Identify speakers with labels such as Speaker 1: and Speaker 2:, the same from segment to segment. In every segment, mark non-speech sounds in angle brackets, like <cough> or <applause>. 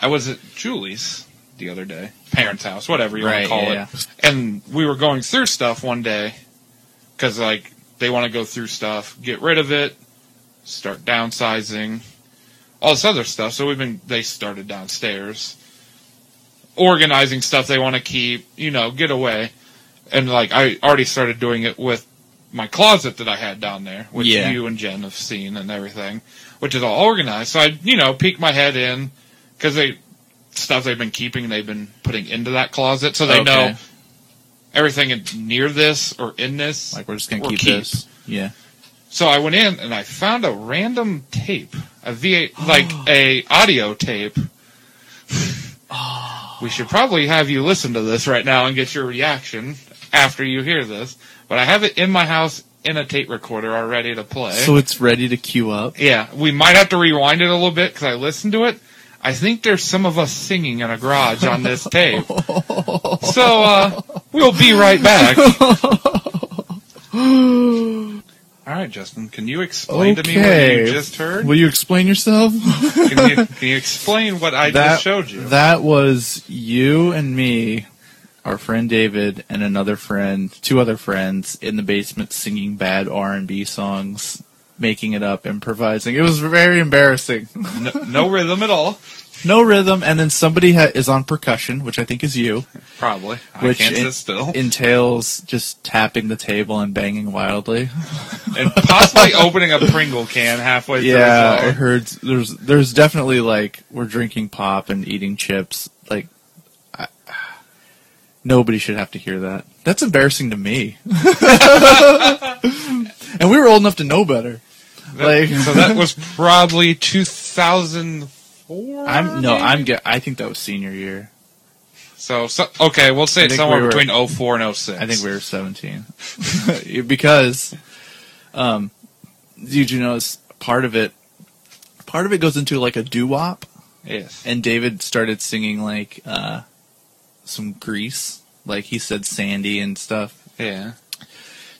Speaker 1: I was at Julie's the other day, parents' house, whatever you
Speaker 2: Right,
Speaker 1: want to call
Speaker 2: yeah,
Speaker 1: it, and we were going through stuff one day because like they want to go through stuff, get rid of it, start downsizing, all this other stuff. So we've been they started downstairs organizing stuff they want to keep, you know, get away. And like I already started doing it with my closet that I had down there, which
Speaker 2: Yeah.
Speaker 1: you and Jen have seen and everything, which is all organized. So I, you know, peek my head in because they stuff they've been keeping, they've been putting into that closet, so they
Speaker 2: Okay.
Speaker 1: know everything in- near this or in this.
Speaker 2: Like we're just gonna
Speaker 1: Or
Speaker 2: keep,
Speaker 1: keep.
Speaker 2: this. Yeah.
Speaker 1: So I went in and I found a random tape, a V8, like a audio tape. we should probably have you listen to this right now and get your reaction after you hear this. But I have it in my house in a tape recorder already to play.
Speaker 2: So it's ready to queue up.
Speaker 1: yeah, we might have to rewind it a little bit because I listened to it. I think there's some of us singing in a garage on
Speaker 2: <laughs>
Speaker 1: this tape. So uh, we'll be right <gasps> back. All right, Justin, can you explain to me what
Speaker 2: Okay.
Speaker 1: you just heard?
Speaker 2: Will you explain yourself?
Speaker 1: Can you, can you explain what I just showed you?
Speaker 2: <laughs> That was you and me, our friend David, and another friend, two other friends in the basement singing bad R and B songs, making it up, improvising. It was very embarrassing. <laughs>
Speaker 1: no, no rhythm at all,
Speaker 2: No rhythm, and then somebody ha- is on percussion, which I think is you,
Speaker 1: probably.
Speaker 2: Which
Speaker 1: I can't
Speaker 2: in-
Speaker 1: sit still.
Speaker 2: entails just tapping the table and banging wildly.
Speaker 1: and
Speaker 2: <laughs>
Speaker 1: possibly opening a Pringle can halfway through.
Speaker 2: yeah,
Speaker 1: as
Speaker 2: I
Speaker 1: well.
Speaker 2: heard there's there's definitely like we're drinking pop and eating chips. Like I, nobody should have to hear that. That's embarrassing to me. <laughs> and we were old enough to know better.
Speaker 1: That-
Speaker 2: like-
Speaker 1: so that was probably 2004.
Speaker 2: I'm no,
Speaker 1: maybe?
Speaker 2: I'm ge- I think that was senior year.
Speaker 1: So, so okay, we'll say
Speaker 2: I
Speaker 1: it's
Speaker 2: think
Speaker 1: somewhere
Speaker 2: we were-
Speaker 1: between 04 and 06.
Speaker 2: I think we were <laughs> 17 because um did you notice part of it part of it goes into like a doo-wop
Speaker 1: yes.
Speaker 2: and David started singing like uh, some Grease, like he said Sandy and stuff.
Speaker 1: Yeah.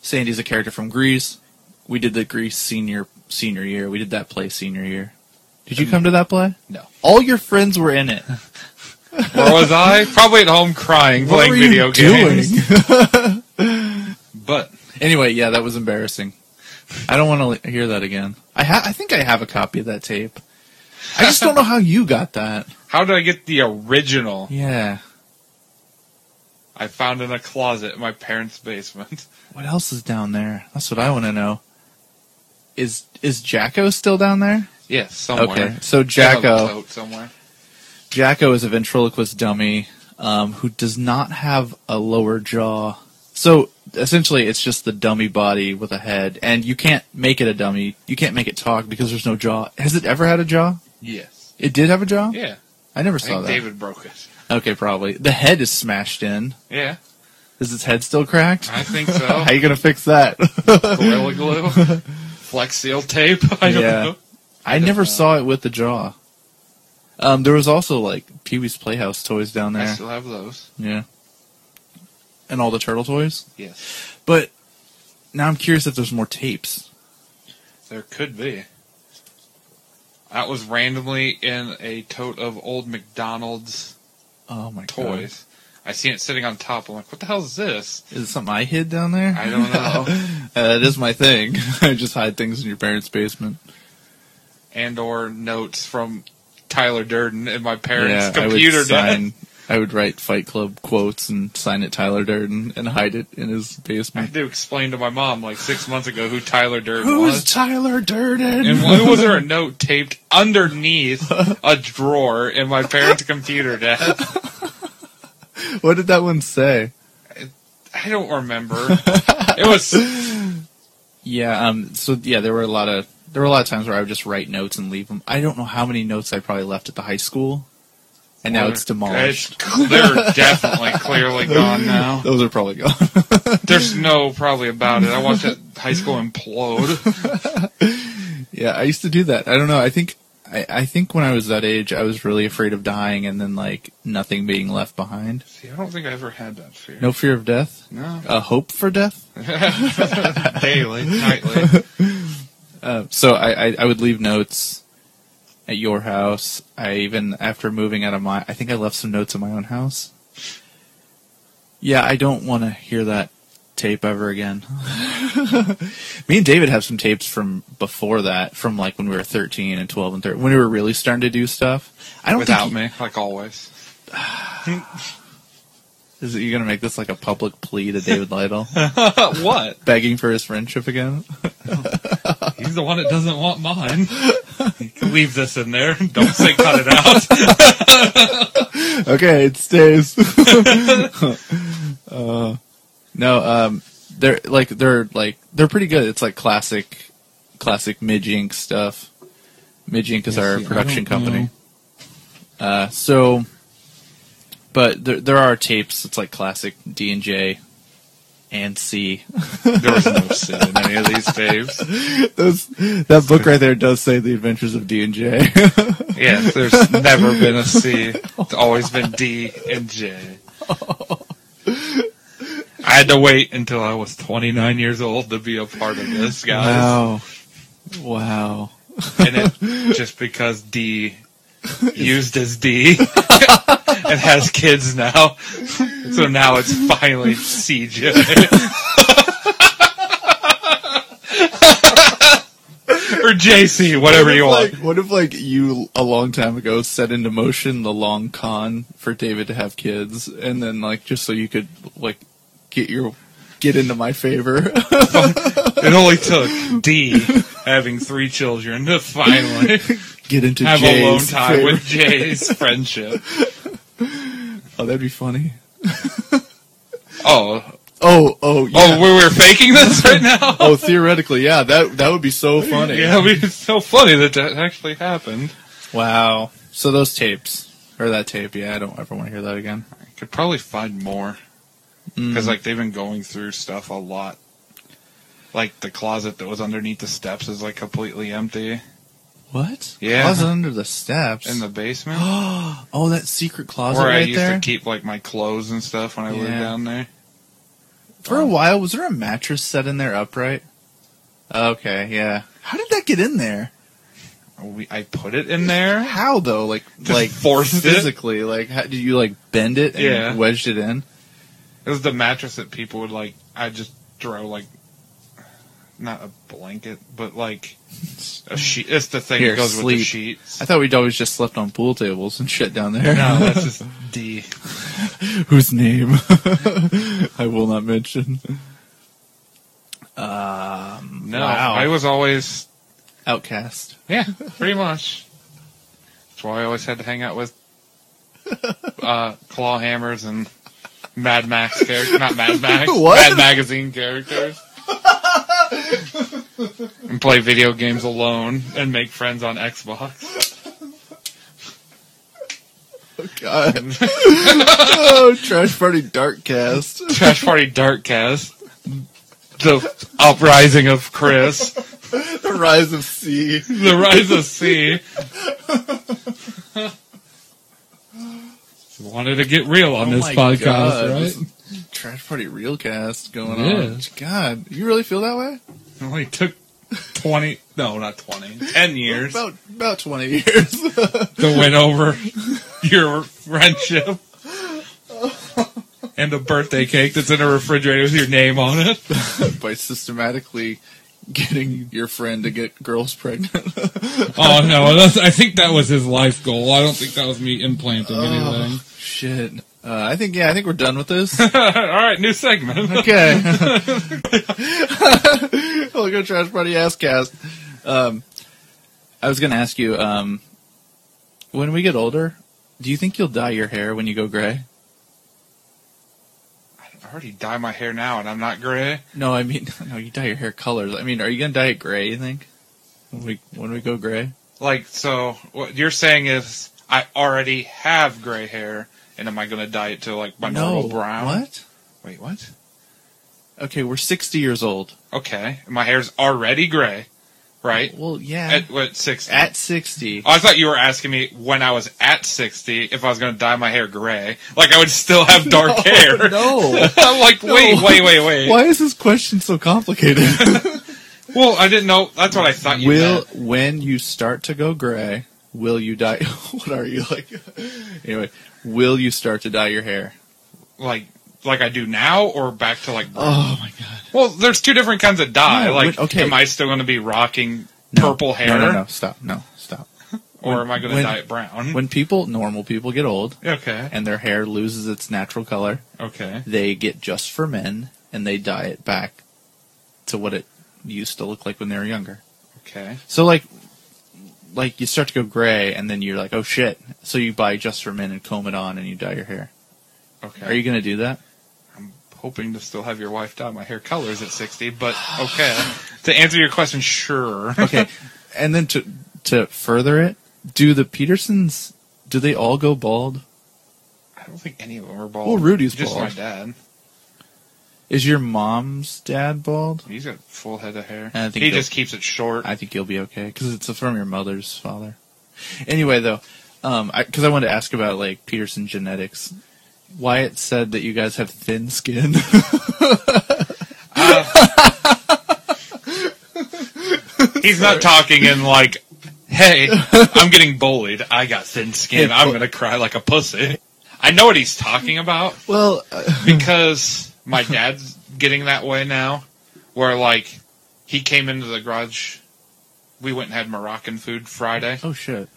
Speaker 2: Sandy's a character from Grease. We did the Grease senior senior year. We did that play senior year. Did you come to that play?
Speaker 1: No.
Speaker 2: All your friends were in <laughs> it.
Speaker 1: Where was I? Probably at home crying,
Speaker 2: What
Speaker 1: playing
Speaker 2: were
Speaker 1: video
Speaker 2: you
Speaker 1: games.
Speaker 2: <laughs> doing?
Speaker 1: But
Speaker 2: anyway, yeah, that was embarrassing. I don't want to hear that again. I ha- I think I have a copy of that tape. I just don't know how you got that.
Speaker 1: how did I get the original?
Speaker 2: Yeah.
Speaker 1: I found in a closet in my parents' basement. <laughs>
Speaker 2: What else is down there? That's what I want to know. Is is Jacko still down there?
Speaker 1: Yes, somewhere.
Speaker 2: Okay, so
Speaker 1: In a
Speaker 2: Jacko,
Speaker 1: tote somewhere.
Speaker 2: Jacko is a ventriloquist dummy um, who does not have a lower jaw. So essentially, it's just the dummy body with a head, and you can't make it a dummy. You can't make it talk because there's no jaw. Has it ever had a jaw?
Speaker 1: Yes.
Speaker 2: It did have a jaw.
Speaker 1: Yeah.
Speaker 2: I never
Speaker 1: I
Speaker 2: saw
Speaker 1: think
Speaker 2: that.
Speaker 1: David broke it.
Speaker 2: Okay, probably the head is smashed in.
Speaker 1: Yeah,
Speaker 2: Is its head still cracked?
Speaker 1: I think
Speaker 2: <laughs> How
Speaker 1: so.
Speaker 2: you gonna fix that? <laughs>
Speaker 1: Gorilla glue, Flex Seal tape. <laughs> I don't
Speaker 2: Yeah.
Speaker 1: know.
Speaker 2: I
Speaker 1: don't
Speaker 2: never
Speaker 1: know.
Speaker 2: saw it with the jaw. Um, there was also like Pee Wee's Playhouse toys down
Speaker 1: I
Speaker 2: there.
Speaker 1: still have those.
Speaker 2: Yeah. And all the turtle toys.
Speaker 1: Yes,
Speaker 2: But now I'm curious if there's more tapes.
Speaker 1: there could be. That was randomly in a tote of old McDonald's
Speaker 2: Oh my god.
Speaker 1: toys.
Speaker 2: Uh-huh.
Speaker 1: I seen it sitting on top. I'm like, what the hell is this?
Speaker 2: Is it something I hid down there?
Speaker 1: I don't know.
Speaker 2: <laughs> uh, it is my thing. <laughs> I just hide things in your parents' basement.
Speaker 1: and or notes from Tyler Durden in my parents'
Speaker 2: yeah, I
Speaker 1: computer
Speaker 2: would
Speaker 1: desk.
Speaker 2: sign. I would write Fight Club quotes and sign it Tyler Durden and hide it in
Speaker 1: <laughs>
Speaker 2: his
Speaker 1: I
Speaker 2: basement.
Speaker 1: had to explain to my mom like six months ago who Tyler Durden
Speaker 2: Who
Speaker 1: was.
Speaker 2: is Tyler <laughs> Durden?
Speaker 1: And why was there a note taped underneath a drawer in my parents' computer desk?
Speaker 2: what did that one say?
Speaker 1: I don't remember.
Speaker 2: <laughs>
Speaker 1: It was
Speaker 2: Yeah, um, so yeah, there were a lot of there were a lot of times where I would just write notes and leave them. I don't know how many notes I probably left at the high school, and now it's demolished.
Speaker 1: It's- They're definitely clearly gone <laughs> now.
Speaker 2: Those are probably gone. <laughs>
Speaker 1: There's no probably about it. I watched that high school implode.
Speaker 2: yeah, I used to do that. I don't know. I think I, I think when I was that age, I was really afraid of dying and then like nothing being left behind.
Speaker 1: See, I don't think I ever had that fear.
Speaker 2: No fear of death.
Speaker 1: <laughs> No.
Speaker 2: A hope for death.
Speaker 1: Daily, nightly.
Speaker 2: Uh, so I, I I would leave notes, at your house. I even after moving out of my, I think I left some notes in my own house. Yeah, I don't want to hear that tape ever again. <laughs> Me and David have some tapes from before that, from like when we were thirteen and twelve and thirteen, when we were really starting to do stuff. I don't
Speaker 1: without
Speaker 2: think you-
Speaker 1: me, like always.
Speaker 2: is it, you're gonna make this like a public plea to David
Speaker 1: <laughs>
Speaker 2: Lytle,
Speaker 1: <sighs> what?
Speaker 2: begging for his friendship again.
Speaker 1: He's the one that doesn't want mine. Leave this in there. Don't say cut it out.
Speaker 2: okay, it <laughs> stays. uh, no, um, they're like they're like they're pretty good. It's like classic, classic Midge Inc. stuff. Midge Inc. is
Speaker 1: Yeah,
Speaker 2: our
Speaker 1: see, I
Speaker 2: production
Speaker 1: don't
Speaker 2: company. Uh, so, but there there are tapes. It's like classic D and J, and C.
Speaker 1: There was no sin in any of these faves.
Speaker 2: <laughs> Those, that book right there does say the Adventures of D and <laughs> J.
Speaker 1: Yeah, there's never been a C. It's always been D and J. I had to wait until I was 29 years old to be a part of this, guys.
Speaker 2: Wow, wow.
Speaker 1: And
Speaker 2: <laughs>
Speaker 1: it, just because D used as D <laughs> and has kids now, so now it's finally CJ. <laughs> or JC, whatever you
Speaker 2: What if,
Speaker 1: want.
Speaker 2: Like, what if like you a long time ago set into motion the long con for David to have kids, and then like just so you could like get your get into my favor? <laughs>
Speaker 1: It only took D having three children to finally
Speaker 2: get into
Speaker 1: have
Speaker 2: Jay's
Speaker 1: alone time
Speaker 2: favor.
Speaker 1: with
Speaker 2: <laughs>
Speaker 1: Jay's friendship.
Speaker 2: Oh, that'd be funny.
Speaker 1: Oh,
Speaker 2: Oh, oh,
Speaker 1: oh,
Speaker 2: yeah.
Speaker 1: we were faking this right now.
Speaker 2: Oh, theoretically, yeah. That that would be so
Speaker 1: <laughs>
Speaker 2: funny.
Speaker 1: Yeah, I mean, it's so funny that that actually happened.
Speaker 2: Wow. So those tapes or that tape? Yeah, I don't ever want to hear that again.
Speaker 1: I could probably find more
Speaker 2: Mm.
Speaker 1: because like they've been going through stuff a lot. Like the closet that was underneath the steps is like completely empty
Speaker 2: what?
Speaker 1: Yeah.
Speaker 2: Closet under the steps.
Speaker 1: in the basement.
Speaker 2: <gasps> oh, that secret closet
Speaker 1: Where I
Speaker 2: right
Speaker 1: used
Speaker 2: there.
Speaker 1: to keep like my clothes and stuff when I lived
Speaker 2: Yeah.
Speaker 1: down there.
Speaker 2: For
Speaker 1: Um,
Speaker 2: a while, was there a mattress set in there upright? Okay, yeah. How did that get in there?
Speaker 1: We, I put it in there.
Speaker 2: How though? Like,
Speaker 1: Just
Speaker 2: like
Speaker 1: forced it?
Speaker 2: physically? Like, how, did you like bend it and
Speaker 1: Yeah.
Speaker 2: wedged it in?
Speaker 1: It was the mattress that people would like. I just throw like, not a blanket, but like
Speaker 2: <laughs>
Speaker 1: a sheet. It's the thing
Speaker 2: Here,
Speaker 1: that goes with the
Speaker 2: sleep.
Speaker 1: sheets.
Speaker 2: I thought we'd always just slept on pool tables and shit down there.
Speaker 1: No, that's just D.
Speaker 2: <laughs> whose name <laughs> I will not mention. Um,
Speaker 1: No,
Speaker 2: wow.
Speaker 1: I was always
Speaker 2: outcast.
Speaker 1: yeah, pretty much. That's why I always had to hang out with uh, claw hammers and Mad Max characters, not Mad Max,
Speaker 2: What?
Speaker 1: Mad Magazine characters. and play video games alone and make friends on Xbox.
Speaker 2: God.
Speaker 1: <laughs>
Speaker 2: oh, trash party dark cast.
Speaker 1: Trash Party Darkcast. The uprising of Chris.
Speaker 2: the <laughs> rise of sea.
Speaker 1: The rise of C. Wanted to get real on
Speaker 2: Oh
Speaker 1: this
Speaker 2: my
Speaker 1: podcast,
Speaker 2: God.
Speaker 1: right?
Speaker 2: Trash Party Real Cast going
Speaker 1: Yeah.
Speaker 2: on. God, you really feel that way?
Speaker 1: It only took 20, no, not 20, 10 years
Speaker 2: About about twenty years.
Speaker 1: to win over your friendship. And the birthday cake that's in a refrigerator with your name on it.
Speaker 2: <laughs> By systematically getting your friend to get girls pregnant. <laughs>
Speaker 1: Oh no, that's, I think that was his life goal. I don't think that was me implanting anything.
Speaker 2: Shit. Uh, I think yeah, I think we're done with
Speaker 1: <laughs>
Speaker 2: this.
Speaker 1: All right, new segment.
Speaker 2: <laughs> Okay. I'll go trash party ass cast. Um, I was gonna ask you, um, when we get older, do you think you'll dye your hair when you go gray?
Speaker 1: I already dye my hair now, and I'm not gray.
Speaker 2: No, I mean <laughs> no, you dye your hair colors. I mean, are you gonna dye it gray? You think when we when we go gray?
Speaker 1: Like, so what you're saying is I already have gray hair, and am I going to dye it to like my normal brown?
Speaker 2: What?
Speaker 1: Wait, what?
Speaker 2: Okay, we're sixty years old.
Speaker 1: Okay, my hair's already gray, right?
Speaker 2: Well, yeah.
Speaker 1: At what sixty?
Speaker 2: At, sixty,
Speaker 1: Oh, I thought you were asking me when I was at sixty if I was going to dye my hair gray. Like I would still have
Speaker 2: <laughs>
Speaker 1: dark hair.
Speaker 2: No.
Speaker 1: <laughs> I'm like, wait,
Speaker 2: No.
Speaker 1: wait, wait, wait.
Speaker 2: Why is this question so complicated?
Speaker 1: Well, I didn't know. That's what I <laughs> thought you
Speaker 2: Will
Speaker 1: meant.
Speaker 2: when you start to go gray, Will you dye? <laughs> what are you like? anyway, will you start to dye your hair?
Speaker 1: Like like I do now, or back to like.
Speaker 2: Oh my god!
Speaker 1: Well, there's two different kinds of dye.
Speaker 2: No,
Speaker 1: like,
Speaker 2: but- okay.
Speaker 1: am I still going to be rocking
Speaker 2: No.
Speaker 1: purple hair,
Speaker 2: No, no, no! Stop! No, stop!
Speaker 1: or am I going to
Speaker 2: When-
Speaker 1: dye it brown?
Speaker 2: When people, normal people, get old
Speaker 1: okay,
Speaker 2: and their hair loses its natural color,
Speaker 1: okay,
Speaker 2: they get just for men and they dye it back to what it used to look like when they were younger.
Speaker 1: okay.
Speaker 2: So like like you start to go gray and then you're like, "Oh shit." So you buy just for men and comb it on and you dye your hair.
Speaker 1: Okay.
Speaker 2: Are you going to do that?
Speaker 1: I'm hoping to still have your wife dye my hair colors at 60, but okay. to answer your question,
Speaker 2: <laughs>
Speaker 1: sure.
Speaker 2: Okay. and then to to further it, do the Petersons do they all go bald?
Speaker 1: I don't think any of them are bald.
Speaker 2: Well, Rudy's
Speaker 1: just
Speaker 2: bald.
Speaker 1: my dad.
Speaker 2: Is your mom's dad bald?
Speaker 1: He's got full head of hair.
Speaker 2: And I think
Speaker 1: he
Speaker 2: they'll-
Speaker 1: just keeps it short.
Speaker 2: I think you'll be okay cuz it's from your mother's father. Anyway, though, um I, cuz I wanted to ask about like Peterson genetics. Wyatt said that you guys have thin skin. <laughs>
Speaker 1: He's not talking in like,
Speaker 2: <laughs>
Speaker 1: hey, I'm getting bullied. I got thin skin.
Speaker 2: Hey,
Speaker 1: I'm
Speaker 2: bu-
Speaker 1: going to cry like a pussy. I know what he's talking about.
Speaker 2: well, uh,
Speaker 1: because my dad's getting that way now, where like he came into the garage. We went and had Moroccan food Friday,
Speaker 2: oh shit.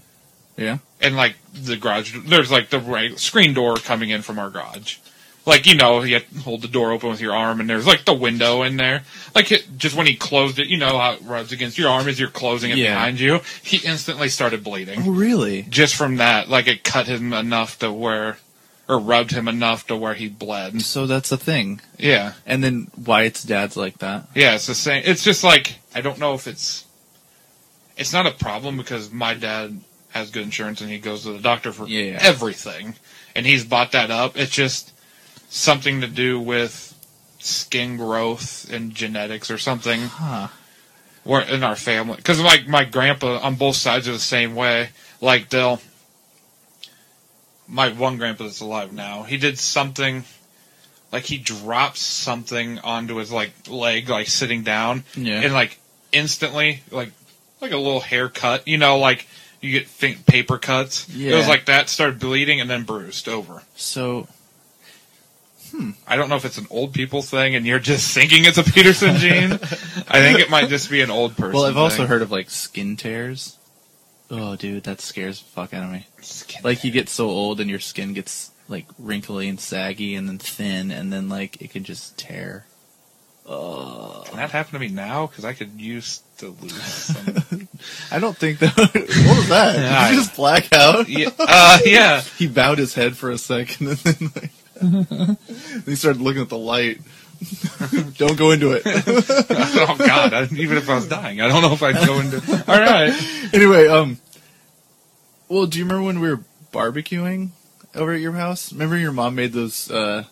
Speaker 2: Yeah.
Speaker 1: and like the garage, there's like the right screen door coming in from our garage. Like you know, you hold the door open with your arm, and there's like the window in there. Like it, just when he closed it, you know how it rubs against your arm as you're closing it
Speaker 2: Yeah.
Speaker 1: behind you. He instantly started bleeding
Speaker 2: Oh really?
Speaker 1: just from that. Like it cut him enough to where, or rubbed him enough to where he bled.
Speaker 2: So that's a thing.
Speaker 1: Yeah.
Speaker 2: And then Wyatt's dad's like that.
Speaker 1: Yeah, it's the same. It's just like I don't know if it's it's not a problem because my dad has good insurance and he goes to the doctor for
Speaker 2: Yeah, yeah.
Speaker 1: everything, and he's bought that up. It's just something to do with skin growth and genetics or something.
Speaker 2: Huh.
Speaker 1: We're in our family because like my grandpa on both sides are the same way. Like they'll my one grandpa that's alive now, he did something like he dropped something onto his like leg, like sitting down,
Speaker 2: Yeah.
Speaker 1: and like instantly, like like a little haircut, you know, like you get think paper cuts. It
Speaker 2: Yeah.
Speaker 1: was like that, started bleeding and then bruised over.
Speaker 2: so
Speaker 1: I don't know if it's an old people thing and you're just thinking it's a <laughs> Peterson gene. I think it might just be an old person.
Speaker 2: well, I've also
Speaker 1: thing.
Speaker 2: heard of like skin tears. Oh, dude, that scares the fuck out of me.
Speaker 1: Skin
Speaker 2: Like you get so old and your skin gets like wrinkly and saggy and then thin and then like it can just tear. Oh,
Speaker 1: Can that happen to me now? Because I could use to lose. Some... <laughs>
Speaker 2: I don't think that. <laughs> what was that?
Speaker 1: Yeah, I-
Speaker 2: just black out?
Speaker 1: yeah, uh, yeah. <laughs>
Speaker 2: He bowed his head for a second and then like, and <laughs> he started looking at the light. <laughs> don't go into it. <laughs>
Speaker 1: Oh God! I, even if I was dying, I don't know if I'd go into. All right.
Speaker 2: <laughs> anyway, um, well, do you remember when we were barbecuing over at your house? Remember your mom made those? uh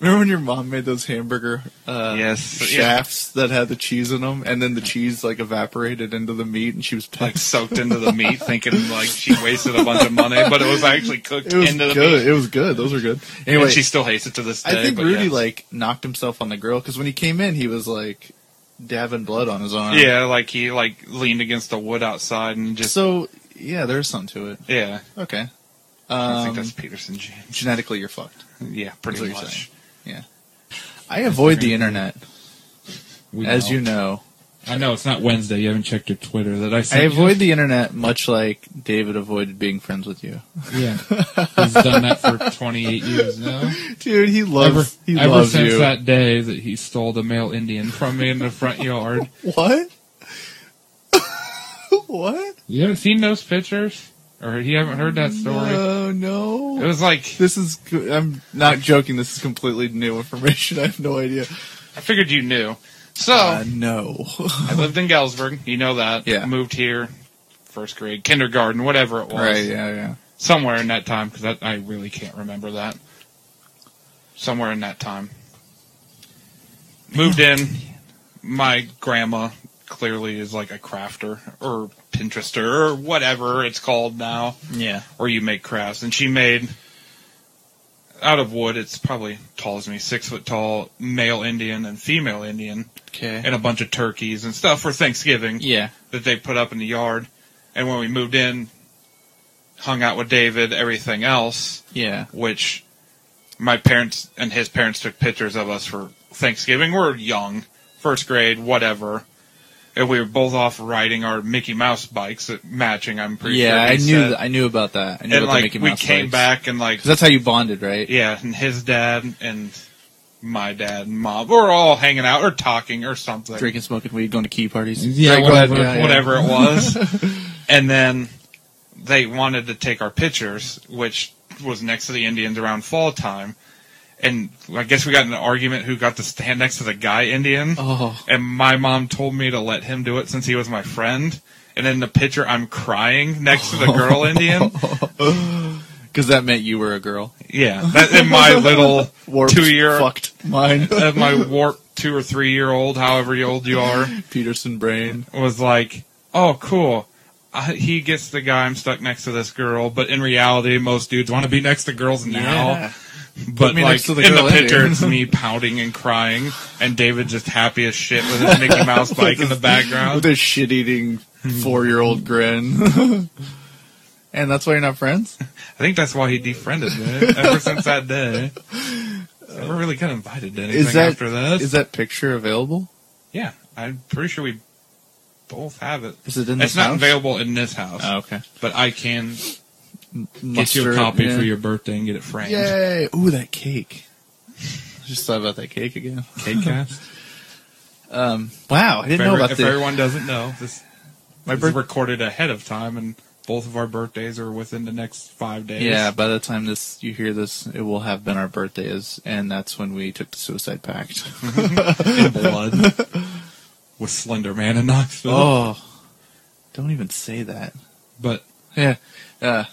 Speaker 2: Remember when your mom made those hamburger uh,
Speaker 1: Yes, yeah.
Speaker 2: shafts that had the cheese in them, and then the cheese like evaporated into the meat, and she was
Speaker 1: Like
Speaker 2: pissed.
Speaker 1: soaked into the meat, thinking like she wasted a bunch of money, but it was actually cooked
Speaker 2: It was
Speaker 1: into the
Speaker 2: good.
Speaker 1: meat.
Speaker 2: It was good. Those were good. Anyway,
Speaker 1: and she still hates it to this day.
Speaker 2: I think
Speaker 1: but
Speaker 2: Rudy
Speaker 1: yeah.
Speaker 2: like knocked himself on the grill because when he came in, he was like dabbing blood on his arm.
Speaker 1: yeah, like he like leaned against the wood outside and just
Speaker 2: So yeah, there's something to it.
Speaker 1: yeah.
Speaker 2: Okay.
Speaker 1: I
Speaker 2: Um,
Speaker 1: think that's Peterson James.
Speaker 2: genetically, you're fucked.
Speaker 1: Yeah, pretty
Speaker 2: what you're
Speaker 1: much.
Speaker 2: I avoid the internet,
Speaker 3: We
Speaker 2: as
Speaker 3: know.
Speaker 2: you know.
Speaker 3: I know it's not Wednesday. You haven't checked your Twitter that I
Speaker 2: I
Speaker 3: sent.
Speaker 2: avoid the internet much like David avoided being friends with you.
Speaker 3: you. Yeah, he's done that for 28 years now.
Speaker 2: Dude, he
Speaker 3: Ever,
Speaker 2: loves he
Speaker 3: ever
Speaker 2: loves
Speaker 3: since
Speaker 2: you.
Speaker 3: that day that he stole the male Indian from me in the front
Speaker 2: <laughs>
Speaker 3: yard.
Speaker 2: What? what?
Speaker 3: You haven't seen those pictures, or you haven't heard that story.
Speaker 2: Oh
Speaker 1: It
Speaker 2: no.
Speaker 1: was like
Speaker 2: This is co- I'm not joking. This is completely new information. <laughs> I have no idea.
Speaker 1: I figured you knew. So
Speaker 2: Uh, no. <laughs>
Speaker 1: I lived in Galesburg. You know that.
Speaker 2: Yeah.
Speaker 1: Moved here, first grade, kindergarten, whatever it was.
Speaker 2: right? Yeah, yeah.
Speaker 1: somewhere in that time because I really can't remember that. Somewhere in that time, moved in. My grandma clearly is like a crafter or Pinterester or whatever it's called now,
Speaker 2: Yeah.
Speaker 1: or you make crafts. And she made out of wood. It's probably tall as me, six foot tall, male Indian and female Indian,
Speaker 2: Okay.
Speaker 1: and a bunch of turkeys and stuff for Thanksgiving
Speaker 2: Yeah.
Speaker 1: that they put up in the yard. And when we moved in, hung out with David, everything else,
Speaker 2: Yeah.
Speaker 1: which my parents and his parents took pictures of us for Thanksgiving. We're young, first grade, whatever. And we were both off riding our Mickey Mouse bikes at matching, I'm pretty sure.
Speaker 2: yeah,
Speaker 1: he
Speaker 2: I knew
Speaker 1: said.
Speaker 2: that. I knew about that. I knew
Speaker 1: And
Speaker 2: about the
Speaker 1: like
Speaker 2: Mickey
Speaker 1: we
Speaker 2: Mouse
Speaker 1: came
Speaker 2: bikes.
Speaker 1: back and like
Speaker 2: 'Cause that's how you bonded, right?
Speaker 1: yeah, and his dad and my dad and mom were all hanging out or talking or something.
Speaker 2: Drinking, smoking weed, going to key parties.
Speaker 3: Yeah,
Speaker 1: Like,
Speaker 3: whatever.
Speaker 1: whatever,
Speaker 2: yeah, yeah.
Speaker 1: whatever it
Speaker 2: <laughs>
Speaker 1: was. and then they wanted to take our pictures, which was next to the Indians around fall time. And I guess we got in an argument who got to stand next to the guy Indian.
Speaker 2: Oh,
Speaker 1: And my mom told me to let him do it since he was my friend. And in the picture, I'm crying next to the
Speaker 2: <laughs>
Speaker 1: girl Indian.
Speaker 2: because that meant you were a girl.
Speaker 1: Yeah, that, in my little
Speaker 2: Warped,
Speaker 1: two-year <laughs>
Speaker 2: fucked mind.
Speaker 1: at my warp two or three year old, however old you are,
Speaker 2: Peterson brain.
Speaker 1: was like, "Oh, cool." I, he gets the guy. I'm stuck next to this girl, but in reality, most dudes want to be next to girls now.
Speaker 2: Yeah.
Speaker 1: But
Speaker 2: me
Speaker 1: like
Speaker 2: next to the
Speaker 1: in the
Speaker 2: girl
Speaker 1: picture,
Speaker 2: anyway. <laughs>
Speaker 1: it's me pouting and crying, and David just happy as shit with his Mickey
Speaker 2: <laughs>
Speaker 1: Mouse bike in the
Speaker 2: With <laughs>
Speaker 1: background. <laughs>
Speaker 2: a shit-eating four-year-old grin. <laughs> and that's why you're not friends.
Speaker 1: I think that's why he defriended me ever since that
Speaker 2: <laughs>
Speaker 1: day. I never really got invited to anything
Speaker 2: Is that
Speaker 1: after this.
Speaker 2: is that picture available?
Speaker 1: yeah, I'm pretty sure we both have it.
Speaker 2: Is it in
Speaker 1: It's
Speaker 2: this
Speaker 1: not
Speaker 2: house?
Speaker 1: available in this house.
Speaker 2: Oh, okay.
Speaker 1: but I can get
Speaker 2: Must
Speaker 1: you a copy
Speaker 2: yeah.
Speaker 1: for your birthday and get it framed.
Speaker 2: Yay! Ooh, that cake. <laughs> I just thought about that cake again.
Speaker 1: Cake cast.
Speaker 2: Um, wow, I
Speaker 1: if
Speaker 2: didn't know
Speaker 1: every-
Speaker 2: about
Speaker 1: if
Speaker 2: the.
Speaker 1: everyone doesn't know, this
Speaker 2: My
Speaker 1: is
Speaker 2: birth-
Speaker 1: recorded ahead of time, and both of our birthdays are within the next five days.
Speaker 2: Yeah, by the time this you hear this, it will have been our birthdays, and that's when we took the suicide pact.
Speaker 1: <laughs> in blood with Slender Man in Knoxville.
Speaker 2: oh, <laughs> don't even say that.
Speaker 1: But
Speaker 2: Yeah, uh,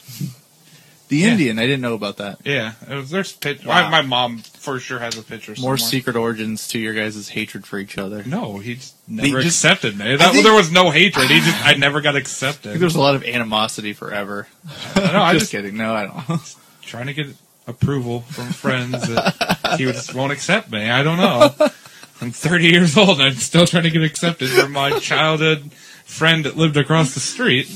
Speaker 2: the
Speaker 1: Yeah.
Speaker 2: Indian. I didn't know about that.
Speaker 1: yeah, it was, there's pictures.
Speaker 2: Wow.
Speaker 1: My, my mom for sure has a picture.
Speaker 2: More Mm.
Speaker 1: somewhere.
Speaker 2: secret origins to your guys' hatred for each other. I
Speaker 1: No, he just never
Speaker 2: just-
Speaker 1: accepted me. That,
Speaker 2: think-
Speaker 1: there was no hatred. He just I never got
Speaker 2: <laughs>
Speaker 1: accepted.
Speaker 2: think there's a lot of animosity forever.
Speaker 1: no, I
Speaker 2: just,
Speaker 1: just
Speaker 2: kidding. No, I don't. <laughs>
Speaker 1: trying to get approval from friends that he just won't accept me. I don't know. I'm 30 years old and I'm still trying to get accepted from my childhood friend that lived across the street.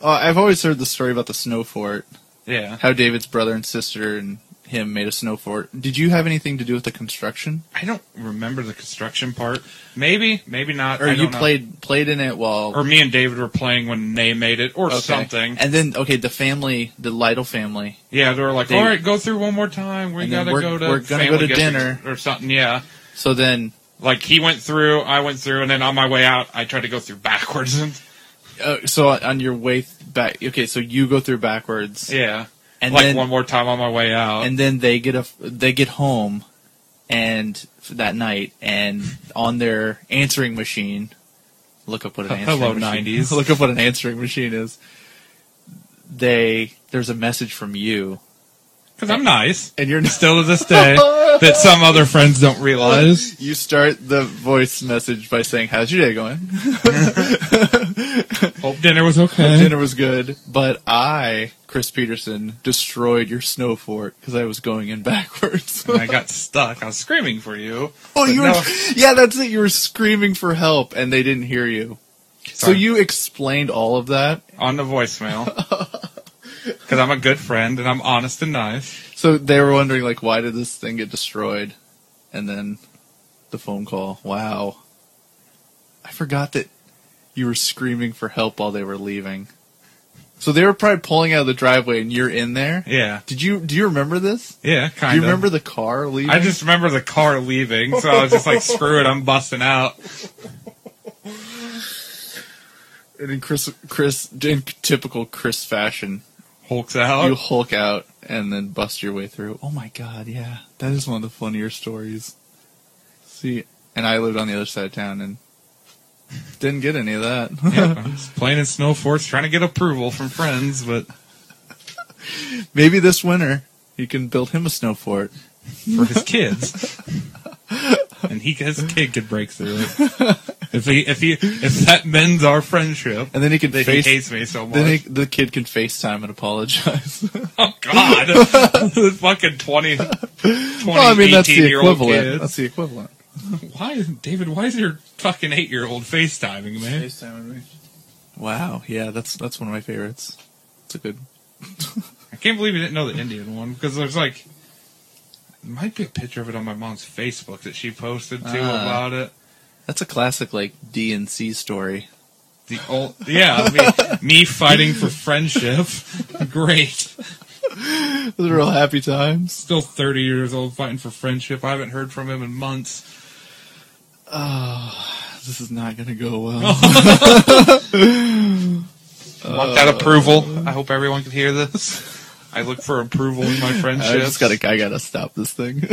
Speaker 2: Uh, I've always heard the story about the snow fort,
Speaker 1: Yeah.
Speaker 2: how David's brother and sister and him made a snow fort. Did you have anything to do with the construction?
Speaker 1: I don't remember the construction part. Maybe, maybe not.
Speaker 2: or
Speaker 1: I
Speaker 2: you
Speaker 1: don't know.
Speaker 2: played played in it while
Speaker 1: Or me and David were playing when they made it or
Speaker 2: okay.
Speaker 1: something.
Speaker 2: And then okay, the family, the Lytle family.
Speaker 1: Yeah, they were like,
Speaker 2: They-
Speaker 1: all right, go through one more time. We
Speaker 2: And then
Speaker 1: gotta
Speaker 2: we're-
Speaker 1: go to
Speaker 2: we're gonna go
Speaker 1: family
Speaker 2: to
Speaker 1: get-"
Speaker 2: dinner.
Speaker 1: or something. Yeah.
Speaker 2: So then
Speaker 1: Like he went through, I went through, and then on my way out, I tried to go through backwards. <laughs> And,
Speaker 2: uh, so on your way th- back okay, so you go through backwards
Speaker 1: yeah.
Speaker 2: and
Speaker 1: like
Speaker 2: then
Speaker 1: one more time on my way out.
Speaker 2: and then they get a they get home and f- that night and on their answering machine look up what an answering
Speaker 1: Hello,
Speaker 2: machine
Speaker 1: 90s.
Speaker 2: <laughs> look up what an answering machine is. They there's a message from you
Speaker 1: Because I'm nice.
Speaker 2: and you're not
Speaker 1: Still to this
Speaker 2: <laughs>
Speaker 1: day, that some other friends don't realize.
Speaker 2: You start the voice message by saying, "How's your day going?" <laughs>
Speaker 1: Hope dinner was <laughs>
Speaker 2: The
Speaker 1: okay.
Speaker 2: Dinner was good, but I, Chris Peterson, destroyed your snow fort because I was going in <laughs> backwards.
Speaker 1: And <laughs> I got stuck. I was screaming for you.
Speaker 2: <laughs> oh,
Speaker 1: But
Speaker 2: you were,
Speaker 1: no.
Speaker 2: <laughs> yeah, that's it. You were screaming for help, and they didn't hear you. So
Speaker 1: Sorry.
Speaker 2: you explained all of that.
Speaker 1: on the voicemail.
Speaker 2: <laughs>
Speaker 1: Because I'm a good friend and I'm honest and nice.
Speaker 2: So they were wondering, like, why did this thing get destroyed? And then the phone call. Wow, I forgot that you were screaming for help while they were leaving. So they were probably pulling out of the driveway, and you're in there.
Speaker 1: Yeah,
Speaker 2: Did you do you remember this?
Speaker 1: yeah, kind of.
Speaker 2: Do you remember the car leaving?
Speaker 1: I just remember the car leaving, so I was just like, "Screw it, I'm busting out."
Speaker 2: And in Chris, Chris, in typical Chris fashion,
Speaker 1: Hulks
Speaker 2: you
Speaker 1: out.
Speaker 2: Hulk out and then bust your way through. Oh my god, yeah, that is one of the funnier stories. See, and I lived on the other side of town and didn't get any of that. <laughs>
Speaker 1: Yep, I'm just playing in snow forts, trying to get approval from friends, but
Speaker 2: Maybe this winter you can build him a snow fort.
Speaker 1: for his kids, and he his kid could break through it. If he if he if that mends our friendship,
Speaker 2: And then he can
Speaker 1: that
Speaker 2: face.
Speaker 1: he hates me so much.
Speaker 2: then he, the kid can FaceTime
Speaker 1: <laughs>
Speaker 2: and apologize.
Speaker 1: Oh God! <laughs>
Speaker 2: <laughs>
Speaker 1: the fucking 20, 20
Speaker 2: well, I mean, that's the
Speaker 1: 18 year old
Speaker 2: equivalent.
Speaker 1: kids.
Speaker 2: That's the equivalent.
Speaker 1: Why, is, David? Why is your fucking eight year old FaceTiming, man?
Speaker 2: FaceTiming me. Wow, yeah, that's that's one of my favorites. It's a good
Speaker 1: I can't believe you didn't know the Indian one because there's like there might be a picture of it on my mom's Facebook that she posted too
Speaker 2: Ah.
Speaker 1: about it.
Speaker 2: That's a classic like D and C story.
Speaker 1: The old yeah, me, me fighting for friendship. <laughs> Great.
Speaker 2: Those are all happy times.
Speaker 1: Still 30 years old fighting for friendship. I haven't heard from him in months.
Speaker 2: This is not gonna go well.
Speaker 1: Want that approval? I hope everyone can hear this. I look for approval in my
Speaker 2: I
Speaker 1: friendships.
Speaker 2: just gotta I gotta stop this thing.